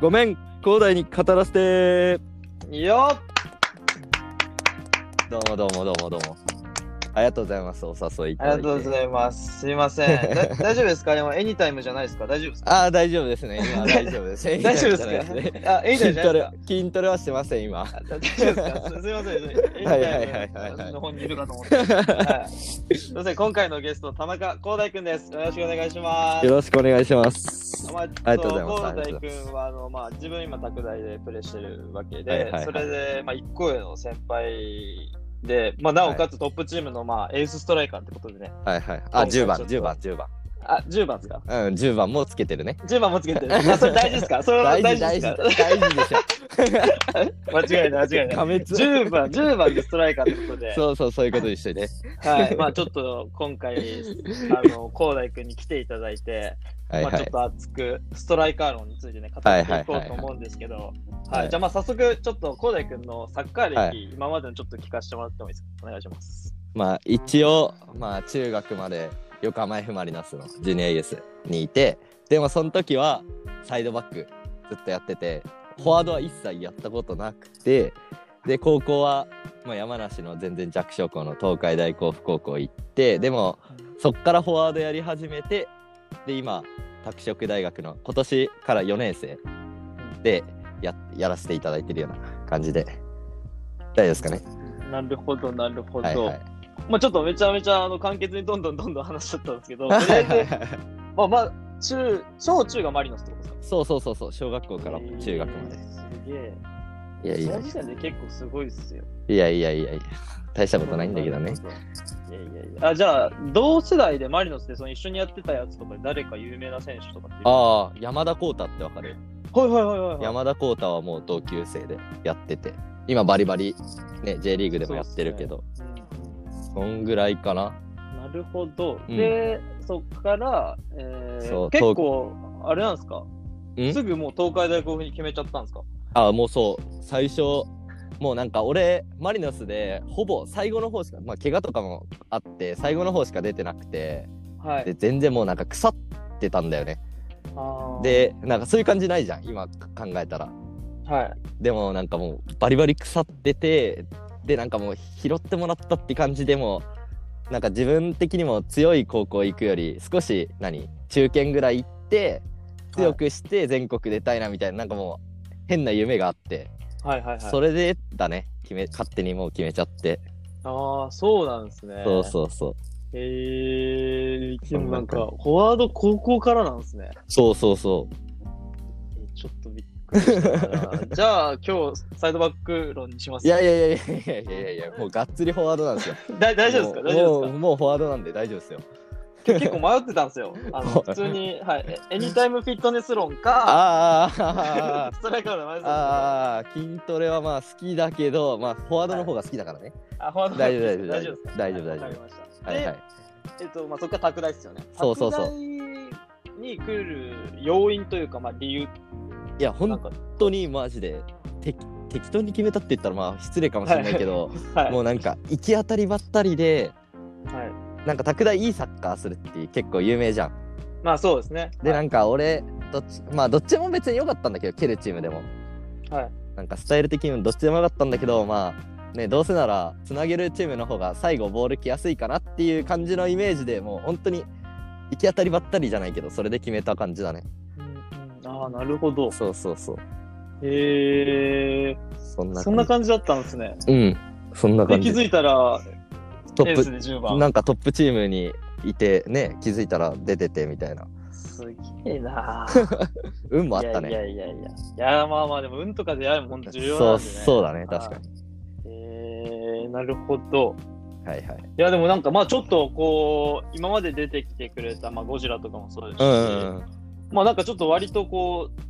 ごめん、広大に語らせて。よっどうもどうもどうもどうも。ありがとうございます、お誘いいあたりだがいて。とうございます。すいま せん。だ大丈夫ですかでもエニタイムじゃないですか大丈夫ですかああ、大丈夫ですね。 今、大丈夫です。大丈夫でエニタイムすじゃないですねかあ、エニタ筋イムじゃないトでレすか筋トレはしてません、今。あ大丈夫ですかすすいません。エニはいはいはいタはいイムの方にいるかと思って。はいすいません。今回のゲスト、田中光大くんです。よろしくお願いしますよ。ろしくお願いします。まあ、ありがとうございますそう郷大君はあの、まあ、自分今、拓大でプレーしてるわけで、はいはいはいそれで、まあ、一個上の先輩で、まあ、なおかつトップチームの、まあ、エースストライカーってことでね、はいはい。あ、今回ちょ10っと番、10番、10番。あ、10番ですかうん、10番もつけてるね。 ?10 番もつけてる。あそれ大事ですかそれは大事大で事、すか大事大事でしょ。間違いない、間違 いない。破滅。 10番、10番でストライカーってことで、そうそう、そういうこと一緒にね。はい。まあ、ちょっと今回、 あの、広大君に来ていただいて、はいまあ、はちょっい。と熱くストライカー論についてね語っていこうと思うんですけど、はいはい、じゃあまあ早速ちょっと高大君のサッカー歴、はい今までのちょっと聞かせてもらってもいいですかお願いします。まあ、一応、まあ、中学まで横浜 F ・マリノスのジュニアユースにいて、でもその時はサイドバックずっとやってて、フォワードは一切やったことなくて、で、高校は、まあ、山梨の全然弱小校の東海大甲府高校行って、でも、そっからフォワードやり始めて、で、今、拓殖大学の今年から4年生でややらせていただいてるような感じで、大丈夫ですかね。なるほどなるほど、はいはい。まあちょっとめちゃめちゃあの簡潔にどんどんどんどん話しちゃったんですけど、とりあはえいはいずはいまあまあ中小中がマリノスってことですか。そうそうそうそう小学校から中学まで、えいやーすげえ。いそやの時点で結構すごいですよ。いやいやいやいや大したことないんだけどねそうそう。いやいやいや。あじゃあ同世代でマリノスでその一緒にやってたやつとかで誰か有名な選手とかっているああ山田浩太ってわかるはいはいはいはいはい。山田浩太はもう同級生でやってて今バリバリね J リーグでもやってるけどそ,、んぐらいかななるほど。うんで、そっから、えーそう結構、あれなんですかんすぐもう東海大甲府に決めちゃったんですかああもうそう最初もうなんか俺マリノスでほぼ最後の方しかまあ怪我とかもあって最後の方しか出てなくてはいで。全然もうなんか腐ってたんだよねあー、でなんかそういう感じないじゃん今考えたらはい。でもなんかもうバリバリ腐っててでなんかもう拾ってもらったって感じでもなんか自分的にも強い高校行くより少し何中堅ぐらい行って強くして全国出たいなみたいな、なんかもう変な夢があって、はいはいはい。それでだね決め勝手にもう決めちゃって、ああ、そうなんですね。そうう。そうそうへえー、でそんもななんか、フ感ォワード高校からなんですね。そうそうそうえーちょっとびっくりしたな。 じゃあ、今日、サイドバック論にします。いやいやいやいやいやいやいやもうがっつりフォワードなんですよだ 大丈夫ですかもう大丈夫ですかもうもうフォワードなんで大丈夫ですよ結構迷ってたんですよ。あの普通に、はい、えエニタイムフィットネス論か、あーあーあーあーあーストライカーの迷ってたんでああ筋トレはまあ好きだけどまあフォワードの方が好きだからね、すけど、あフォワード大丈夫大丈夫ですか大丈夫大丈夫はいわかりました。はい、はで、いはいえっと、まあ、そこから拓大ですよね。そうそうそう拓大に来る要因というか、まあ、理由いやなん本か、当にマジで適適当に決めたって言ったらまあ失礼かもしれないけど、 はい、もうなんか行き当たりばったりではい。なんか拓大いいサッカーするって結構有名じゃんまあ、そうですね。ではないんか俺どっちまあどっちも別に良かったんだけど蹴るチームでもはいなんかスタイル的にもどっちでも良かったんだけどまあねどうせならつなげるチームの方が最後ボール来やすいかなっていう感じのイメージでもう本当に行き当たりばったりじゃないけどそれで決めた感じだねうんうんああ、なるほど。そうそうそう。へえ、そんなそんな感じだったんですね。じ。うん。そんなで、感気じ。づいたら、トエッースで10プ、番。なんかトップチームにいて、ね、気づいたら出ててみたいな。すげえな。運もあったね。いやいやいやいや。いや、まあまあ、でも運とか出会いも本当重要そなんう、で、ね。そうだね、確かに。えー、なるほど。はいはい。いや、でもなんか、まあちょっとこう、今まで出てきてくれた、まあゴジラとかもそうですし、うん、うん。まあなんかちょっと割とこう、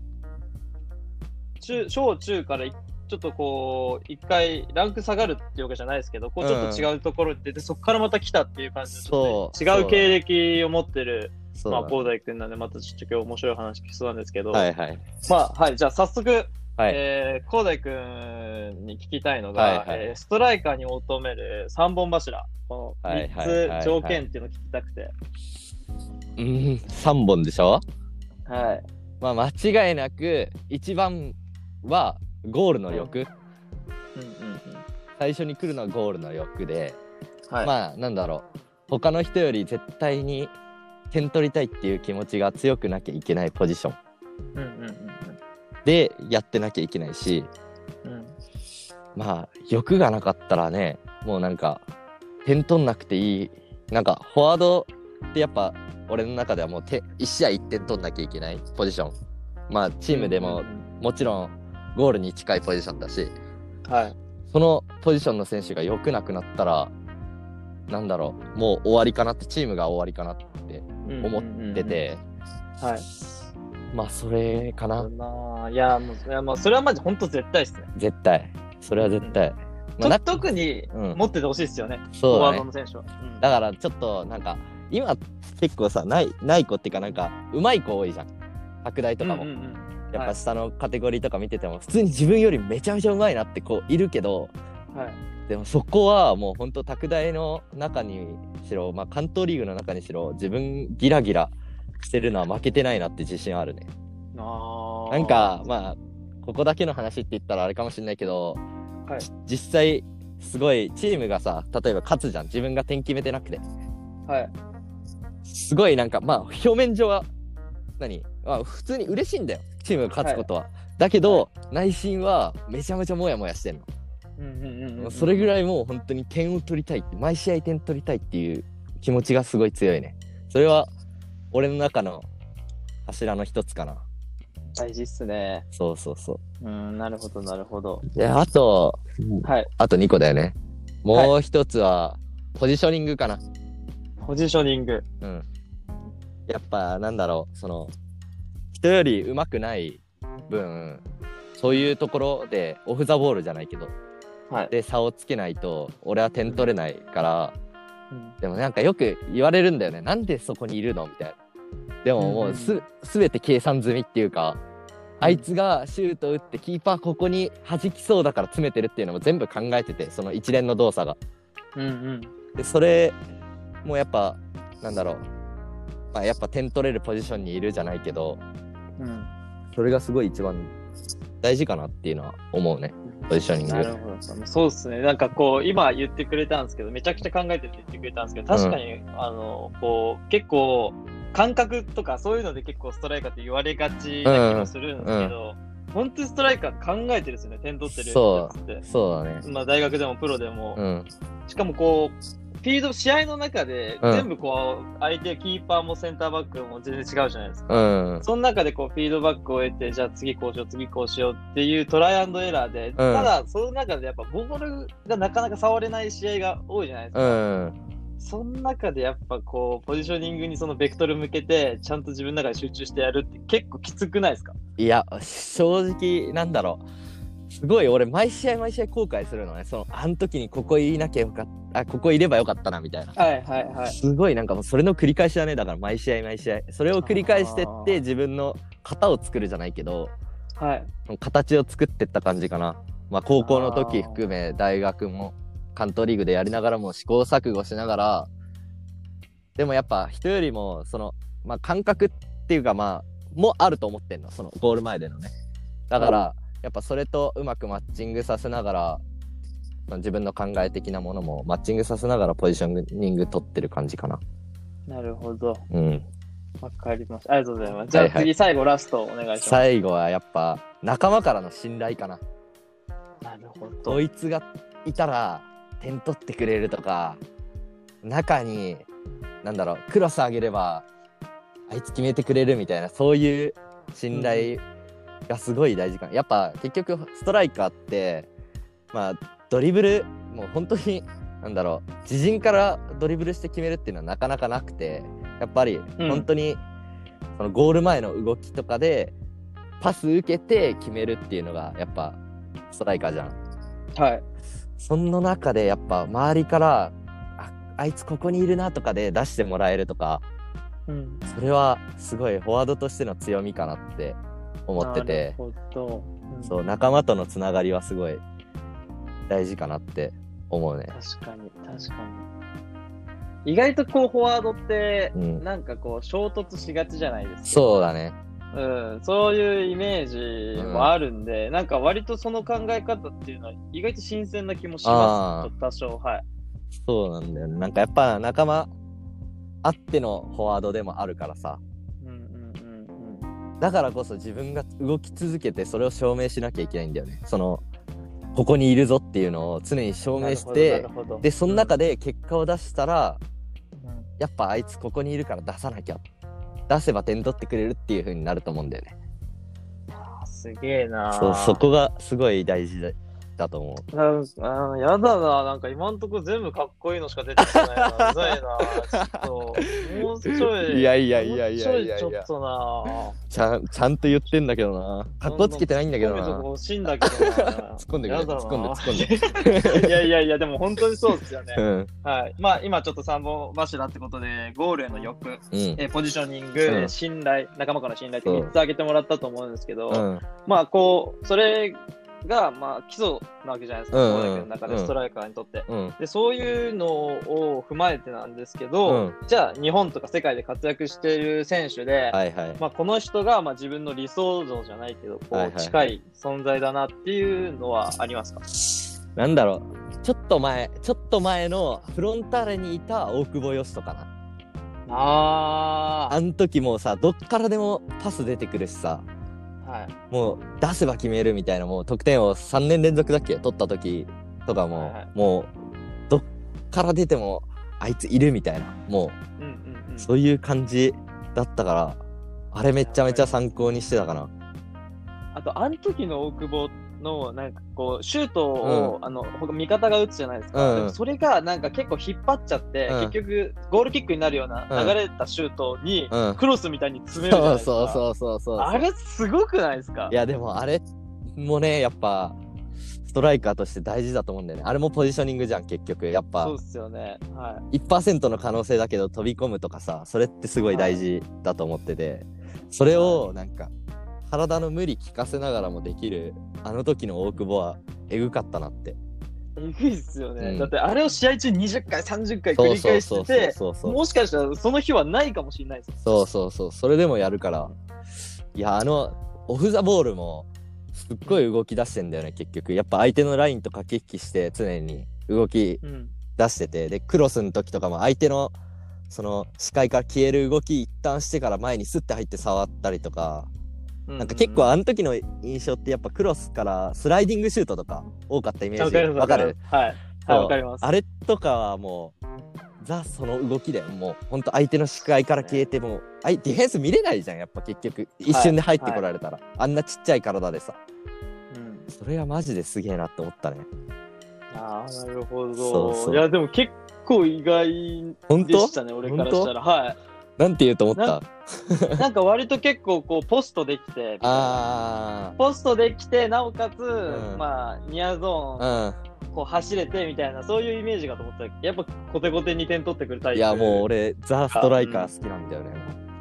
中小中からいちょっとこう、一回ランク下がるっていうわけじゃないですけど、こうちょっと違うところに出て、そこからまた来たっていう感じで、ちょっとねそう違う経歴を持ってる、そうまだあ、ね高大君なんで、またちょっと今日面白い話聞きそうなんですけど、はいはい。まあ、はい、じゃあ早速、はい。えー、高大くんに聞きたいのが、はいはいえーストライカーに求める三本柱、このはいはいはいは3いつ条件っていうのを聞きたくて、うん、3本でしょはい。まあ、間違いなく一番はゴールの欲、うんうんうん。最初に来るのはゴールの欲で、はい。まあなんだろう他の人より絶対に点取りたいっていう気持ちが強くなきゃいけないポジションうんうんうんでやってなきゃいけないしうん。うんまあ欲がなかったらねもうなんか点取んなくていいなんかフォワードってやっぱ俺の中ではもう手1試合1点取んなきゃいけないポジションまあチームでもうんうんもちろんゴールに近いポジションだしうんはい。そのポジションの選手が良くなくなったらなんだろうもう終わりかなってチームが終わりかなって思ってて、うんうんうん。はい。まあそれかなまあ、いや、もう、いやまあ、それはマジ本当絶対ですね。絶対それは絶対、まあとな特にうん持っててほしいですよね、フォそうだワーねドの選手は。うんだからちょっとなんか今結構さないない子っていうかなんかうまい子多いじゃん拡大とかも、うんうんうんやっぱ下のカテゴリーとか見てても普通に自分よりめちゃめちゃうまいなって子いるけどはいでもそこはもうほんと拓大の中にしろ、まあ、関東リーグの中にしろ自分ギラギラしてるのは負けてないなって自信あるねあーなんかまあここだけの話って言ったらあれかもしれないけど、はいじ実際すごいチームがさ例えば勝つじゃん自分が点決めてなくてはいすごいなんかまあ表面上は何、まあ、普通に嬉しいんだよチームが勝つことは、だけど、内心はめちゃめちゃモヤモヤしてんの、うんうんうんうんそれぐらいもう本当に点を取りたいって毎試合点取りたいっていう気持ちがすごい強いねそれは俺の中の柱の一つかな大事っすねそうそうそうんなるほどなるほどうであと、はいあと2個だよねもう一つはポジショニングかな、ポジショニングうん、やっぱなんだろうその人より上手くない分そういうところでオフ・ザ・ボールじゃないけどはい、で差をつけないと俺は点取れないからうんでもなんかよく言われるんだよねなんでそこにいるのみたいなでももうす,、うん全て計算済みっていうかあいつがシュート打ってキーパーここに弾きそうだから詰めてるっていうのも全部考えててその一連の動作がうんでそれもやっぱなんだろう、まあ、やっぱ点取れるポジションにいるじゃないけどうんそれがすごい一番大事かなっていうのは思うねポジショニンなるグほどそうですねなんかこう今言ってくれたんですけどめちゃくちゃ考えてるって言ってくれたんですけど確かに、あのこう結構感覚とかそういうので結構ストライカーって言われがちな気もするんですけど、本当にストライカー考えてるですよね点取ってるやつってそうだねまあ、大学でもプロでも、うんしかもこうフィールド試合の中でうん全部こう、相手キーパーもセンターバックも全然違うじゃないですかうんその中でこうフィードバックを得てじゃあ次こうしよう次こうしようっていうトライアンドエラーで、ただその中でやっぱボールがなかなか触れない試合が多いじゃないですうか、んその中でやっぱこうポジショニングにそのベクトル向けてちゃんと自分の中で集中してやるって結構きつくないですかいや正直なんだろうすごい俺毎試合毎試合後悔するのねそのあの時にここいなきゃよかったあここいればよかったなみたいなはいはいはいすごいなんかもうそれの繰り返しだねだから毎試合毎試合それを繰り返してっあーて自分の型を作るじゃないけどはい形を作ってった感じかな、まあ、高校の時含め大学も関東リーグでやりながらも試行錯誤しながらでもやっぱ人よりもその、まあ、感覚っていうかまあもあると思ってんのそのゴール前でのねだからやっぱそれとうまくマッチングさせながらその自分の考え的なものもマッチングさせながらポジショニング取ってる感じかななるほどうんわかりましたありがとうございますじゃあはいはい次最後ラストお願いします、最後はやっぱ仲間からの信頼かななるほどドイツがいたら点取ってくれるとか中になんだろうクロス上げればあいつ決めてくれるみたいなそういう信頼がすごい大事かな、やっぱ結局ストライカーってまあドリブルもう本当になんだろう自陣からドリブルして決めるっていうのはなかなかなくてやっぱりうん本当に、そのゴール前の動きとかでパス受けて決めるっていうのがやっぱストライカーじゃん。はいその中でやっぱ周りからああいつここにいるなとかで出してもらえるとかうんそれはすごいフォワードとしての強みかなって思ってなるてほど、うんそう仲間とのつながりはすごい大事かなって思うね。確かに確かに意外とこうフォワードってうんなんかこう衝突しがちじゃないですか、そうだね。うん、そういうイメージもあるんで、なんか割とその考え方っていうのは意外と新鮮な気もします、ね、多少、はい。そうなんだよね。なんかやっぱ仲間あってのフォワードでもあるからさ。うんうんうんうん。だからこそ自分が動き続けてそれを証明しなきゃいけないんだよね。その、ここにいるぞっていうのを常に証明して、なるほど、で、その中で結果を出したら、なるほどやっぱあいつここにいるから出さなきゃ。出せば点取ってくれるっていう風になると思うんだよね。うんあすげえなそう、そこがすごい大事だだと思う。ああやだな、なんか今んとこ全部かっこいいのしか出てきてな いな、うざいな、ちょっと、もうちょい、いやいやいやいやもういやいやちょいちょっとな、ちゃん、ちゃんと言ってんだけどな。かっこつけてないんだけど突っ込なむとこ。欲しいんだけどな、突っ込んでくれやだな突っ込ん で突っいやいやいや、でも本当にそうで すよね。うん。はい。まあ今ちょっと三本柱ってことで、ゴールへの欲、うん。えーポジショニンうグ、んえー信頼、仲間からの信頼ってそう3つ挙げてもらったと思うんですけど、うん。まあこう、それがまあ基礎なわけじゃないですか、うんこの野球の中うでんストライカーにとって。うん。でそういうのを踏まえてなんですけど、うんじゃあ日本とか世界で活躍している選手で、はいはい。まあ、この人がまあ自分の理想像じゃないけどこはいはいう近い存在だなっていうのはありますか、なんだろう。ちょっと前、ちょっと前のフロンターレにいた大久保嘉人かな。ああん時もうさ、どっからでもパス出てくるしさ、あ、はい、もう出せば決めるみたいな、もう得点を3年連続だっけ取った時とかも、はいはいもう、どっから出ても、あいついるみたいな、もうんうんうんう、そういう感じだったから、あれめちゃめちゃ参考にしてたかな。あと、あの時の大久保の、なんかこう、シュートを、あの、ほ味方が打つじゃないですか。うんでもそれが、なんか結構引っ張っちゃって、うん結局、ゴールキックになるような、うん流れたシュートに、うん。クロスみたいに詰めるじゃそないうですか。そうそうそうそう。あれ、すごくないですかいやでもあれもねやっぱストライカーとして大事だと思うんだよねあれもポジショニングじゃん結局やっそぱうですよね。は1%の可能性だけど飛び込むとかさそれってすごい大事だと思っててそれをなんか体の無理聞かせながらもできるあの時の大久保はえぐかったなってい。えぐいっすようね。んだって、あれを試合中に20回、30回繰そうりそう返しそてうそうて、そうそうもしかしたらその日はないかもしれないです。そうそうそうそれでもやるからいやあのオフ・ザ・ボールもすっごい動き出してんだよね結局やっぱ相手のラインと駆け引きして常に動きうん。出しててでクロスの時とかも相手のその視界から消える動き一旦してから前にスッて入って触ったりとか、なんか結構ああの時の印象ってやっぱクロスからスライディングシュートとか多かったイメーわジかります。わかるはい。はい、そうわかります。あれとかはもうザその動きでもうほんと相手の視界から消えてもうあいディフェンス見れないじゃんやっぱ結局一瞬で入ってこられたら、あんなちっちゃい体でさうんそれはマジですげえなって思ったねああ、なるほど。そうそういや、でも結構意外本で当したね、俺からしたら。はなんて言うと思ったない。なんか割と結構、こう、ポストできて、あポストできて、なおかつ、んまあ、ニアゾーン、あうんこう、走れてみたいな、そういうイメージかと思ったけど、やっぱ、コテコテ2点取ってくるタイプ。いやもう俺ザ・ストライカー好きなんだよね。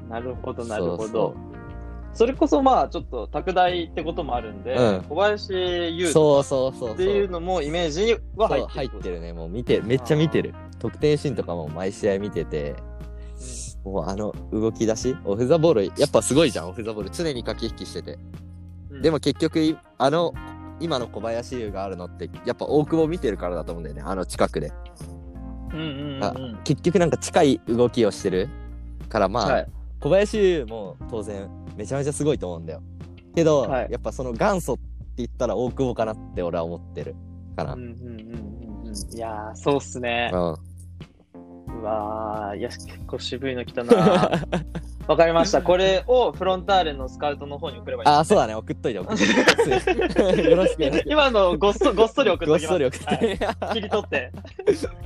なるほど、そうなるほど。そそれこそ、まあ、ちょっと、拡大ってこともあるんで、うん小林優う斗そうそうそうそう。っていうのもイメージにはそう入入っっててる。るね。もう見てめっちゃ見てる。得点シーンとかも毎試合見てて、もうあの動き出し、オフザボールやっぱすごいじゃん。オフザボール常に駆け引きしてて。うんでも、結局いあの今の小林優があるのってやっぱ大久保見てるからだと思うんだよね。あの近くで。うんうんうん、あうん。結局なんか近い動きをしてるからまあ、はい。小林悠も当然めちゃめちゃすごいと思うんだよけど、はいやっぱその元祖って言ったら大久保かなって俺は思ってるかな、ううんんうんうんうんうん。いやー、そうっすね。うわー、いや、結構渋いの来 たな。わかりました。これをフロンターレのスカウトの方に送ればいいああですそうだね、ね送っといて送っとい てよろしくよろしく今のごっ そごっそり送っごとっきます。そり送っといはいて、切り取って。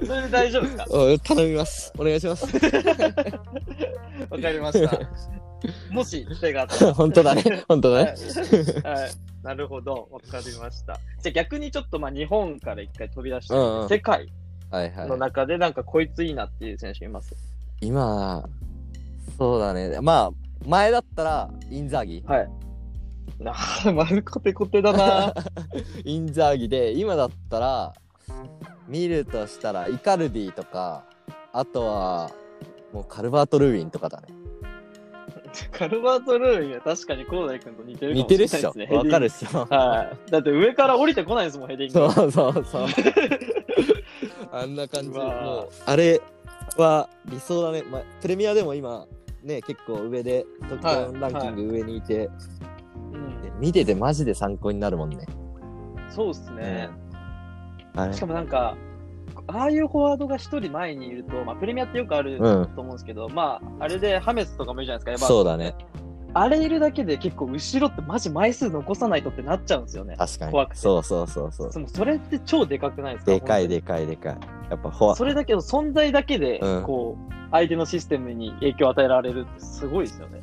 それで大丈夫ですかうん頼みますお願いします わかりました。もし、手があったら。本当だね本当はだね、いはいなるほど、わかりました。じゃあ逆にちょっとまあ日本から一回飛び出して、うんうん世界はいはいの中でなんかこいついいなっていう選手います。今そうだねまあ前だったらインザーギはい。なあ、丸コテコテ だな。インザーギで今だったら見るとしたらイカルディとかあとはもうカルバート・ルーインとかだねカルバートルーイは確かにコーダイ君と似てるか似もしてれるっないしでょすね。わかるヘディングっしょはい。だって上から降りてこないですもん、ヘディング。そうそうそう。 あんな感じ。うわーもう、あれは理想だね。まあ、プレミアでも今、ね、結構上で、得点ランキング上にいて、うんで見ててマジで参考になるもんね。そうっすね。うん。あれしかもなんか、ああいうフォワードが一人前にいると、まあ、プレミアってよくあるとう思んうんですけど、まあ、あれでハメスとかもいるじゃないですか、やっそうだね。ぱ、あれいるだけで結構、後ろってマジ枚数残さないとってなっちゃうんですよね。確かに怖く。てそうそうそうそう。そのそれって超でかくないですかでかい本でかいでかい。やっぱフォ当アに。それだけの存在だけで、うんこう、相手のシステムに影響を与えられるってすごいですよね。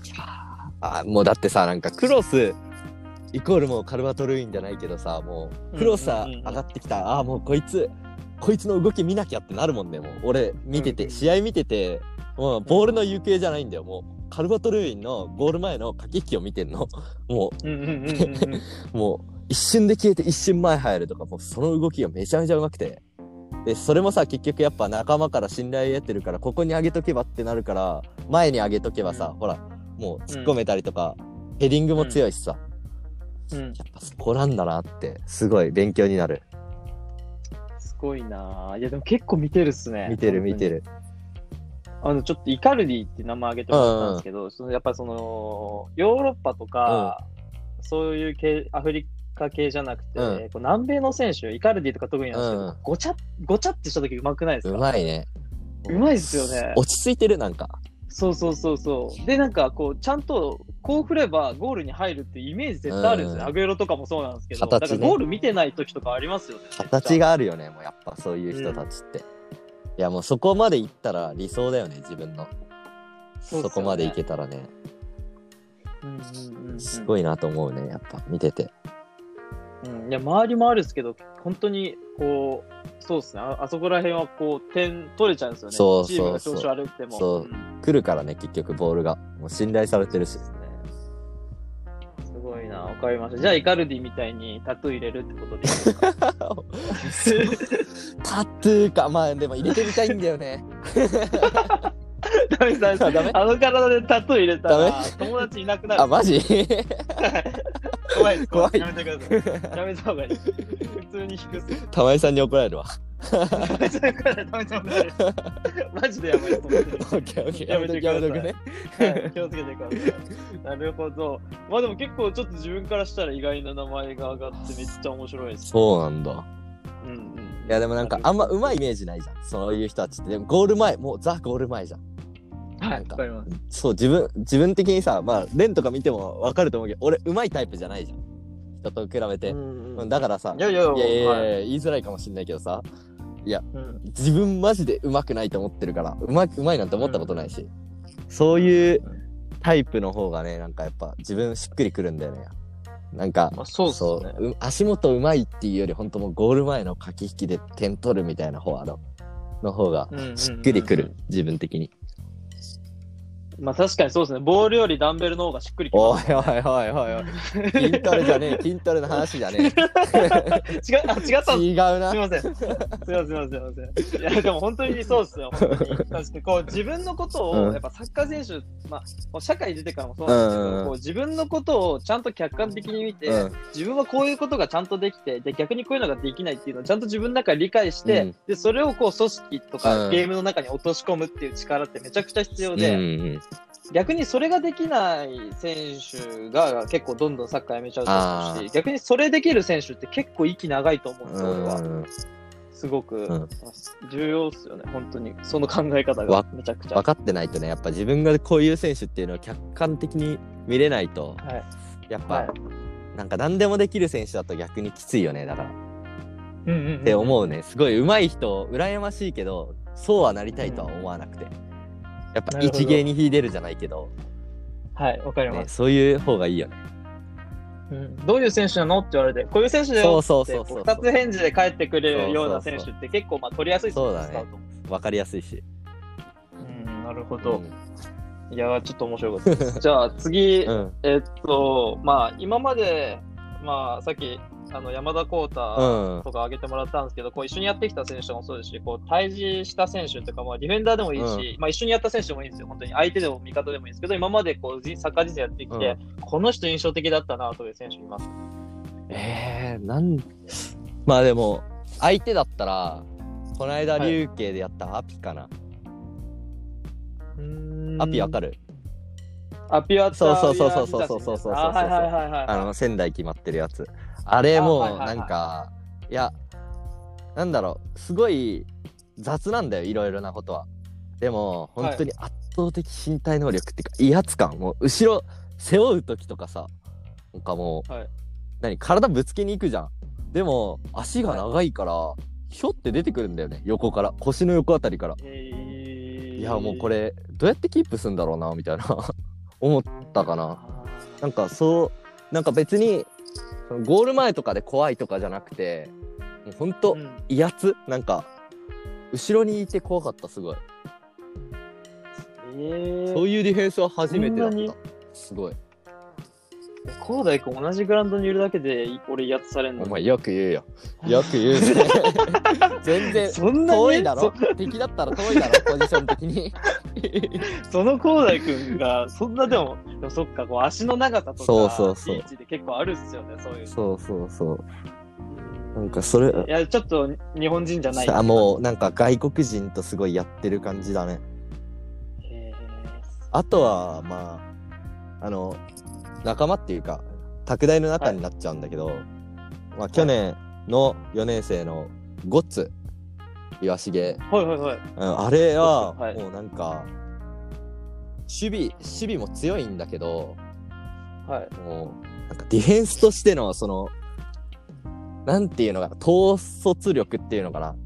あもうだってさなんかクロスイコールもうカルバトルインじゃないけどさもうクロスさうんうんう上んがってきた、ああもうこいつこいつの動き見なきゃってなるもんねもう俺見てて、うん試合見ててもうボールの行方じゃないんだよもうカルバトルインのゴール前の駆け引きを見てんのもうんうんうんうんうん。うもう一瞬で消えて一瞬前入るとかもうその動きがめちゃめちゃうまくてでそれもさ結局やっぱ仲間から信頼得てるからここに上げとけばってなるから前に上げとけばさ、うんほらもう突っ込めたりとか、ヘディングも強いしさ、 うんやっぱそこなんだなってすごい勉強になるすごいなぁ。いや、でも結構見てるっすね。見てる見てるあの、ちょっとイカルディって名前挙げてもらったんですけど、そのやっぱその、ヨーロッパとか、そういう系、アフリカ系じゃなくて、うんこう南米の選手、イカルディとか特になんですけど、うんごちゃ、ごちゃってした時うまくないですうかまいねうまいっすよね落ち着いてるなんかそうそうそうそう。で、なんかこう、ちゃんと、こう振ればゴールに入るっていうイメージ絶対あるんですよ、うんアグエロとかもそうなんですけど、形ねだからゴール見てない時とかありますよね。形があるよねもうやっぱそういう人たちって、いやもうそこまでいったら理想だよね自分のそうっすよそ,、ねこまでいけたらねうんうんうんうんすごいなと思うねやっぱ見ててうん、いや周りもあるんですけど、本当にこう、そうですね、ああそこら辺はこう点取れちゃうんですよね、そうチームがそう調そう子悪くても。そうん来るからね結局ボールがもう信頼されてるしそうっすねすごいな、わかりました。じゃあ、イカルディみたいにタトゥー入れるってことでいいですかタトゥーかまあでも入れてみたいんだよねダメですダメダでメすあの体でタトゥー入れたらダ友達いな くなる。あマジ 怖いです怖いやめてください。やめた方がいい。 普通に引くっす。 玉井さんに怒られるわダメだからダメだからマジでやばいと思ってるオ。ッケーオッケーやめてくださいやめとくねはい気をつけてください。なるほど。まあでも結構ちょっと自分からしたら意外な名前が上がってめっちゃ面白いです。そうなんだうんうん。いやでもなんかあんまうまいイメージないじゃんそういう人たちってでもゴール前もうザゴール前じゃんは、ないんかわかります。そう自分自分的にさまあレンとか見てもわかると思うけど俺うまいタイプじゃないじゃん人と比べて、うんううんんだからさいやいやいやいやいやいや言いづらいかもしんないけどさうん自分マジでうまくないと思ってるからうまうまいなんて思ったことないし、そういうタイプの方がねなんかやっぱ自分しっくりくるんだよねなんかまあそうっすそね。うう足元うまいっていうより本当もうゴール前の駆け引きで点取るみたいなフォワードの方がうんうんうんうんしっくりくる、自分的にまあ確かにそうですね。ボールよりダンベルの方がしっくりきおまいす。おいおいおいおい筋トレ じゃねえ筋トレの話じゃね違う、あ、違ったえんです。違うなすいません。すいません、すいません、すいません。いや、でも本当にそうっすよ。本当に確かにこう、自分のことうを、んやっぱサッカー選手、まあ、もう社会出てからもそうなんですけうんうんうど、んこう自分のことをちゃんと客観的に見て、うん自分はこういうことがちゃんとできてで逆にこういうのができないっていうのをちゃんと自分の中で理解して、うんでそれをこう組織とかうんゲームの中に落とし込むっていう力ってめちゃくちゃ必要うんで、うん逆にそれができない選手が結構どんどんサッカーやめちゃうと思うし逆にそれできる選手って結構息長いと思うんですよ、俺うはんすごく、うん重要ですよね本当にその考え方がわめちゃくちゃ。分かってないとねやっぱ自分がこういう選手っていうのを客観的に見れないとはいやっぱ、はいなんか何でもできる選手だと逆にきついよねだからうんうんって思うねすごい上手い人羨ましいけどそうはなりたいとは思わなくてやっぱなるほど一芸に秀でるじゃないけどはい、わかりまね、す、そういう方がいいよねうんどういう選手なのって言われて、こういう選手だよそうそうってそこうそうう二つ返事で帰ってくれるような選手って結構まあ取りやすい選手だと思う。分かりやすいしうん、なるほうど。んいやー、ちょっと面白 かったです。じゃあ次、うんえっと、まあ今まで、まあさっきあの山田浩太うんとか上げてもらったんですけど、こう一緒にやってきた選手とかもそうですし、こう対峙した選手とか、まあ、ディフェンダーでもいいし、まあ、一緒にやった選手でもいいんですよ、本当に相手でも味方でもいいんですけど、今までこうじサッカー人生やってきて、この人印象的だったなという選手います。えー、なんまあでも相手だったらこの間はい琉球でやったアピかな、アピわかるるアピアタそうそうそうそうそうそうそうそうあはいはいはいはい。あの仙台決まってるやつあれもあはいはいなはいんかいやなんだろうすごい雑なんだよいろいろなことはでもはい本当に圧倒的身体能力っていうか威圧感もう後ろ背負う時とかさなんかもう、はい何体ぶつけに行くじゃんでも足が長いから、ひょって出てくるんだよね横から腰の横あたりからいいやもうこれどうやってキープするんだろうなみたいな 思ったかななんかそうなんか別にそのゴール前とかで怖いとかじゃなくてもうほんとうん威圧なんか後ろにいて怖かったすごいえーそういうディフェンスは初めてだっそんなにたすごい高大君同じグラウンドにいるだけで俺威圧されんのお前よく言うよ よく言うね全然そんなに遠いだろ敵だったら遠いだろポジション的にそその高大君がそんなでもでもそっかこう足の長さとかそうそうそうリーチで結構あるっすよね そういうそうそうそうなんかそれいやちょっと日本人じゃないあもうなんか外国人とすごいやってる感じだねへあとはまああの仲間っていうか拓大の中になっちゃうんだけど、まあ、去年の4年生のゴッツ岩重、ーはいはいはいうん、あれはゴッツはいもうなんか守備守備も強いんだけどはいもうなんかディフェンスとしてのそのなんていうのかな統率力っていうのかな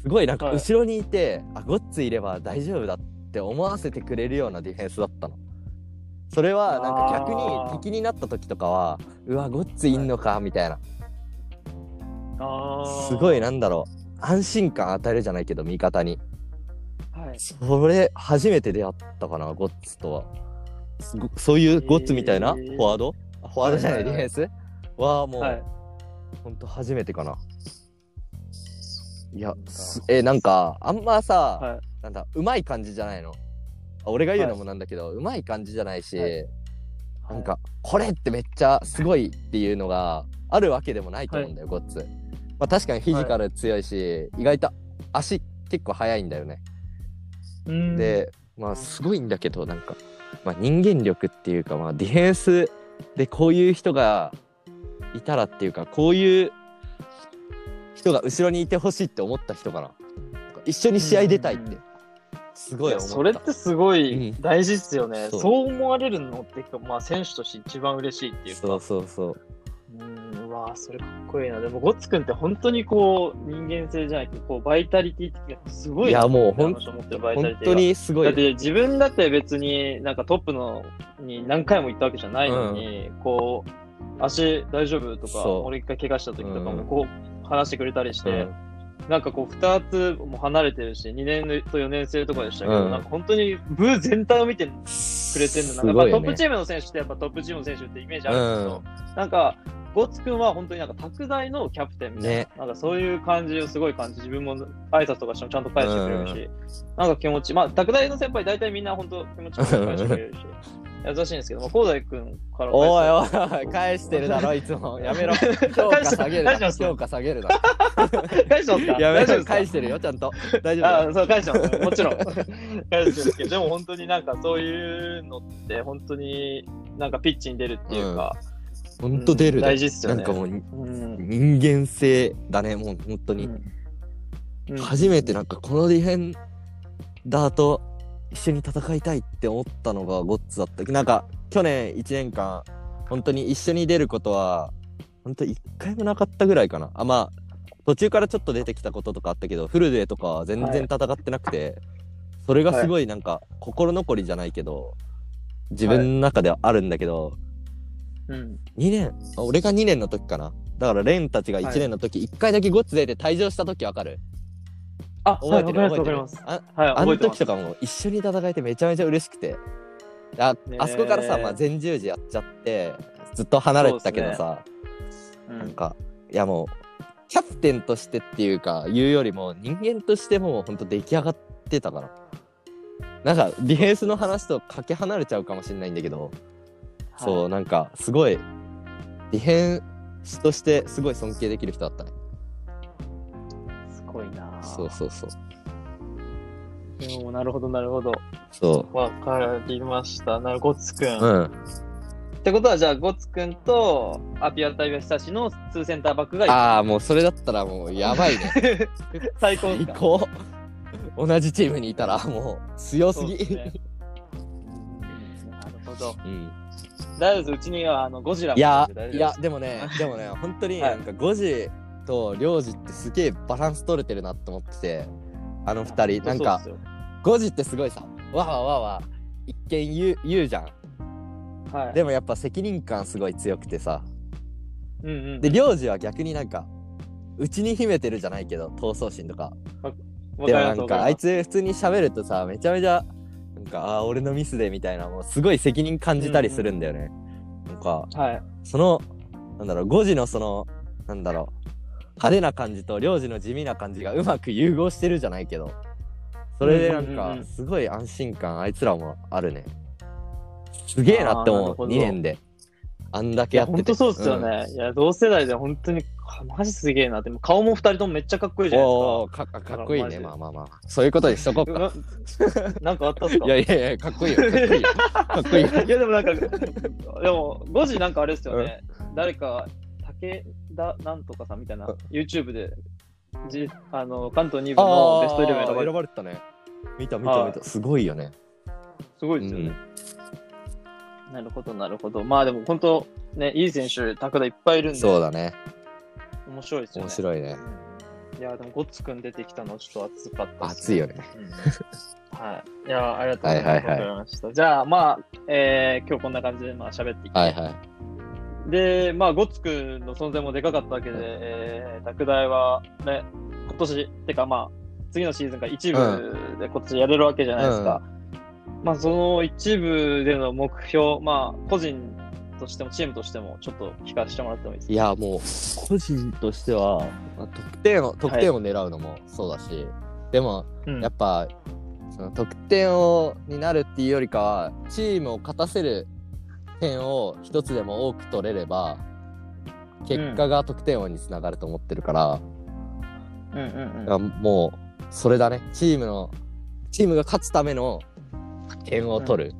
すごいなんかはい後ろにいて、あゴッツいれば大丈夫だって思わせてくれるようなディフェンスだったのそれはなんか逆あーに敵になった時とかはうわゴッツいんのかみたいなあーすごいなんだろう安心感与えるじゃないけど味方にはいそれ初めて出会ったかなゴッツとはすごそういうゴッツみたいな、えーフォワードあフォワードじゃない、はいはいデはいィフェンスはもう、はいほんと初めてかな。いや、すえ、なんか、あんまさ、はいなんだ、うまい感じじゃないの。あ俺が言うのもなんだけど、うまい感じじゃないし、はいなんか、これってめっちゃすごいっていうのがあるわけでもないと思うんだよ、ゴッツ。まあ確かにフィジカル強いし、意外と足結構速いんだよね。うんで、まあすごいんだけど、なんか、まあ人間力っていうか、まあディフェンスでこういう人がいたらっていうか、こういう人が後ろにいてほしいって思った人かな。なんか一緒に試合出たいっうんうんてうん。すごい思いやった。それってすごいうん大事っすよね、そうそう思われるのってか、まあ、選手として一番嬉しいっていうかそうそうそう。うーん、うわあ、それかっこいいな。でも、ゴッツくんって本当にこう、人間性じゃないけど、こう、バイタリティ的な、すごいいな。やもうほんあの人持ってるバイタリ本ティが当。にすごだっい。て自分だって別になんかトップのに何回も行ったわけじゃないのに、こう足大丈夫とかそう俺一回怪我した時とかうもんこう話してくれたりしうて、んなんかこう2つも離れてるし2年と4年生とかでしたけど、うんなんか本当に部全体を見てくれてるのなんかやっぱトップチーームの選手ってやっぱトップチームの選手ってイメージあるんですけど、なんかゴッツ君は本当になんか拓大のキャプテンみたいな,、ねなんかそういう感じをすごい感じ自分も挨拶とかしてもちゃんと返してくれるし、なんか気持ちまあ拓大の先輩大体みんな本当気持ちよく返してくれるし優しいんですけど、まあ、高大君からおいおおい、返してるだ ろ、いつも。やめろ。返して評価下げるな。返してます評価下げるな。やめ返してますか大丈夫でろ、すか返してるよ、ちゃんと。大丈夫だよあそう返してますもちろん 返してるんですけどでも本当になんかそういうのって本当になんかピッチに出るっていうか、ほんと出るうんね大事っすよなねんかもううん人間性だねもう本当に、うん初めてなんかこのディフェンダーと一緒に戦いたいって思ったのがゴッツだったなんか去年1年間本当に一緒に出ることは本当1回もなかったぐらいかなあまあ途中からちょっと出てきたこととかあったけどフルデーとかは全然戦ってなくて、それがすごいなんか心残りじゃないけど自分の中ではあるんだけど、うん2年あ俺が2年の時かなだからレンたちが1年の時、1回だけゴッツ出て退場した時わかるあ、覚覚ええててる覚えてる、覚えてるます。あはい、あ覚のえてま時と。すかも一緒に戦えてめちゃめちゃ嬉しくてあ,、ねえあそこからさ、まあ、前十字やっちゃってずっと離れてたけどさ、うなんん。か、いやもう、キャプテンとしてっていうか、言うよりも、人間としてもうほんと出来上がってたから。なんか、ディフェンスの話とかけ離れちゃうかもしれないんだけど、そう、なんか、すごい、ディフェンスとしてすごい尊敬できる人だったね。すごいな。そうそうそう。でもなるほど、なるほど。そわかりました。なるほど、ゴッツくん。う。うん。ってことは、じゃあ、ゴッツくんとアピアルタイガー久しの2センターバックがああ、もうそれだったらもうやばいね。 最高です最か高。 同じチームにいたらもう強すぎ。そうですねなるほど。うん。大丈夫です。うちにはあのゴジラもいや大丈夫で、すいや、でもね、でもね、本当にはいなんか5時と領事ってすげえバランス取れてるなって思ってて、あの2人、なんかそうです5時ってすごいさ、わわわわ、一見言う言うじゃん。よはい。でもやっぱ責任感すごい強くてさ、うんうん。で、領事は逆になんか、うちに秘めてるじゃないけど、闘争心とか。わでもりなますんかあい、つ普通に喋るとさめちゃめちゃなんかあー俺のミスでみたいなもうすごい責任感じたりするんだよね、なんかわかりますそのなんだろう5時のそのなんだろう派手な感じと領事の地味な感じがうまく融合してるじゃないけどそれでなんうんうんうんうかんすごい安心感あいつらもあるねすげえなってあーな思るほうど2年であんだいけやや、ってて本当そうですよね。いや、同世代で本当に、かマジすげえなって。でも顔も二人ともめっちゃかっこいいじゃないおーかかかっこいいマジねでまあまあまあそういうことにしとこうかですか。ななんかあったっすかいやいやいやかっ こいいよかっこいいよかっこいいよいやでもなんか、でも、5時なんかあれですよね、誰か、武田なんとかさんみたいな、YouTube で、じあの関東2部のベストイレブン選ばれ選てばれてたね見た見た見たすごいよねすごういですよね。んなるほど、なるほど。まあでも、本当ね、いい選手、高田いっぱいいるんで、そうだね面白いですよね。面白いねいや、でも、ゴッツくん出てきたの、ちょっと熱かったです熱いよねうんはい。いや、ありがとうございます。はいはいはいわかりました。じゃあ、まあ、えー今日こんな感じで、まあ、喋っていきはいはいで、まあ、ゴッツくんの存在もでかかったわけで、えー、拓大は、ね、今年、てかまあ、次のシーズンから一部で今年やれるわけじゃないですか。まあ、その一部での目標、まあ、個人としてもチームとしても、ちょっと聞かせてもらってもいいですかいやもう個人としてはまあ得点を得点を狙うのもそうだしでもうんやっぱその得点をになるっていうよりかはチームを勝たせる点を一つでも多く取れれば結果が得点王につながると思ってるから、うんうんうん。あもうそれだねチームのチームが勝つための点を取る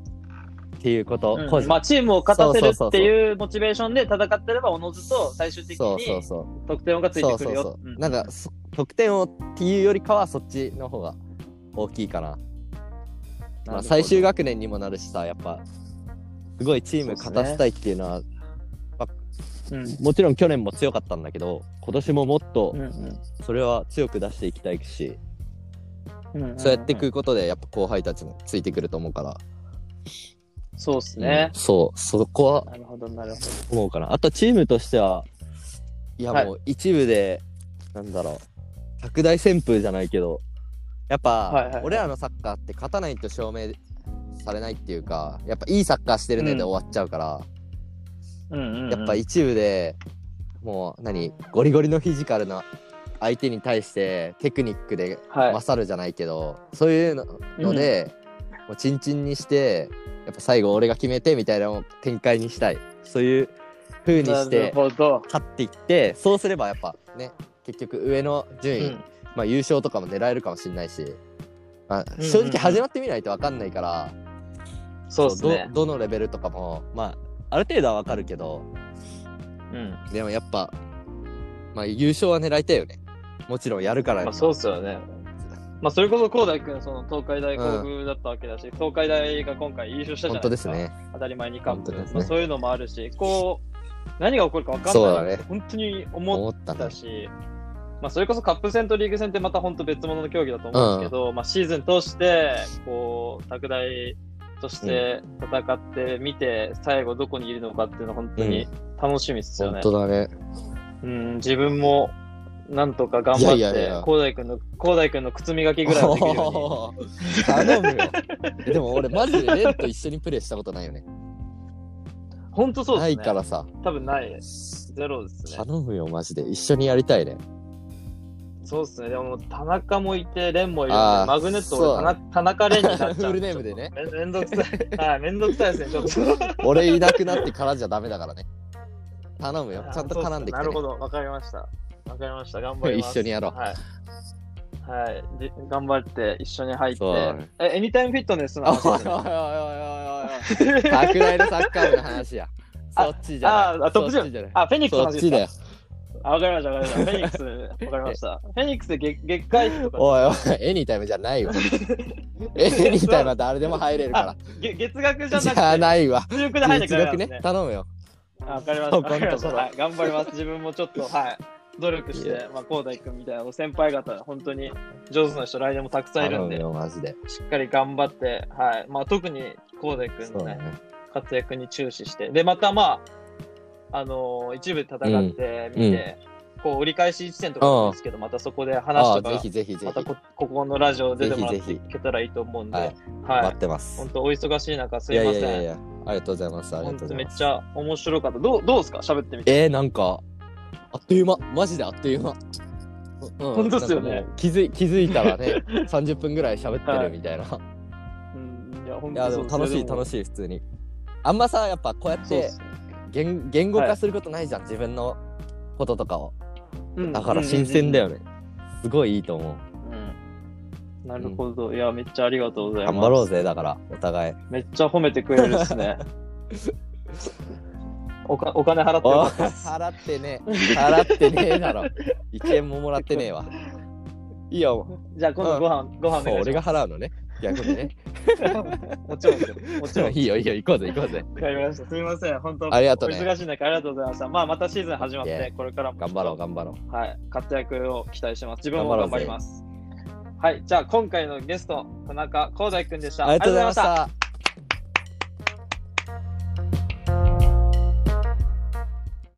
っていうこと、うん個人まあ、チームを勝たせるそうそうそうっていうモチベーションで戦ってれば、おのずと最終的そうそうにそ得点がつういそてうくそるうよ。そううんなんかそ得点をっていうよりかはそっちの方が大きいかなまあ、最終学年にもなるしさやっぱすごいチームそうっす勝ねたせたいっていうのはうんもちろん去年も強かったんだけど今年ももっとうんうんそれは強く出していきたいし、うんうんうんそうやっていくことでやっぱ後輩たちもついてくると思うから、そうですねうん、。そうそこはなるほど、なるほど。思うかなあとチームとしてはいやはいもう一部で、なんだろう拡大旋風じゃないけどやっぱ、はいはいはい俺らのサッカーって勝たないと証明されないっていうかやっぱいいサッカーしてるねうんで終わっちゃうから、うんうんうんやっぱ一部でもう何ゴリゴリのフィジカルな相手に対してテクニックではい、勝るじゃないけど、そういうのので、もうチンチンにしてやっぱ最後俺が決めてみたいなのを展開にしたいそういう風にしなるてほど、勝っていってそうすればやっぱね結局上の順位、うんまあ、優勝とかも狙えるかもしれないし、まあ、ん正直始まってみないと分かんないから、そうですねどどのレベルとかもまあある程度は分かるけどうんでもやっぱ、まあ、優勝は狙いたいよねもちろんやるからにまあ、そうっすよねまあそれこそ高大君その東海大甲府だったわけだし、東海大が今回優勝した本じゃな当でいですすかね当たり前にカッ本当プ、ですねまあ、そういうのもあるしこう何が起こるか分かんそうだない、ね本当に思思っったねたしまあ、それこそカップ戦とリーグ戦ってまた本当別物の競技だと思うんですけど、まあ、シーズン通してこう拓大として戦ってみて、最後どこにいるのかっていうのは本当に楽しみですよね。本当だねうん、自分もなんとか頑張っいやいやいてや、高大君の、高大君の靴磨きぐらいはでき るよおー頼むよでも俺マジでレンと一緒にプレーしたことないよねうに。本当そうでなすね。いからさ、多分ない。ゼロですね。頼むよマジで一緒にやりたいねそうですね。でも、田中もいて、蓮もいるんで、あーマグネットそう俺、田中田中蓮になっちゃう。 フルネームでねちょっとめ。めんどくさい。はい、めんどくさいですね、ちょっと。俺いなくなってからじゃダメだからね頼むよちゃんと絡んできあて、そうっすねなるほね、ど、わかりました。わかりました。頑張ります。一緒にやろうはい。はい、で頑張って一緒に入ってそうだね、えエニタイムフィットネスのおいおいおいおいお話ですいおいねおい拓大のサッカー部の話やあそっちじゃないああトップそっちじゃない あ、フェニックスのそ話っですちだよかあわかりました、わかりました。フェニック ス、わかりました。フェニックスで月月会費とかおいおいエニタイムじゃないよ エニタイムは誰でも入れるか月月額じらゃじなくゃて、ないわ出力で入んなき実ゃダ力メなんでねすね。頼むよあわかりましそた。うわかりまし今た。度はい、頑張ります。自分もちょっと、はい。努力しいやて、まあ、こうだいくんみたいな、先輩方、本当に上手な人、来年もたくさんいる頼んむで、よマジでしっかり頑張って、はい。まあ、特に、こうだいくんそうのだね、ね活躍に注視して、で、またまあ、あのー一部戦ってみて、こう、折り返し地点とかなんですけど、またそこであ話あとぜか、ひぜひぜまたひこここのラジオ出てもらっぜひてぜいけたらいいと思うんで、ははいい。待ってます本当お忙しい中、すいいやまいせやん。いやいやありがとうございますありが本とうご当ざめいっますちゃ面白かった。どうどうですか喋ってみて。えー、なんかあっという間マジであっという間、う本当っすよねなんかもう気づい気づいたら ね30分ぐらい喋ってるみたいな、い、うん、いや、本やでも楽しい楽しい。しい普通にあんまさやっぱこうやっそうってすね言言語化することないじゃん、自分のこととかをだから新鮮だよ。ね、すごいいいと思ううんうんうんうんなるほど。いや、めっちゃありがとうございます。頑張ろうぜだからお互いめっちゃ褒めてくれるっ すね。おかお金払ってよかったっす。払ってねえ払ってねえだろ一円ももらってねえわいいよじゃあ今度ご飯、ご飯そうお願いし俺まが払うのね逆に ねす。もちろ んですよ。もちろん。いいよいいよ行こうぜ行 こうぜわかりました。すみません。本当ありがとうねお忙しい中、ありがとうございました。まあ、またシーズン始まっいえて、これからも。頑張ろう。頑張ろうはい。活躍を期待してます。自分も頑張ろ頑う張ぜります。はい。じゃあ、今回のゲスト、田中光大くんでした。ありがとうございましありがとうございました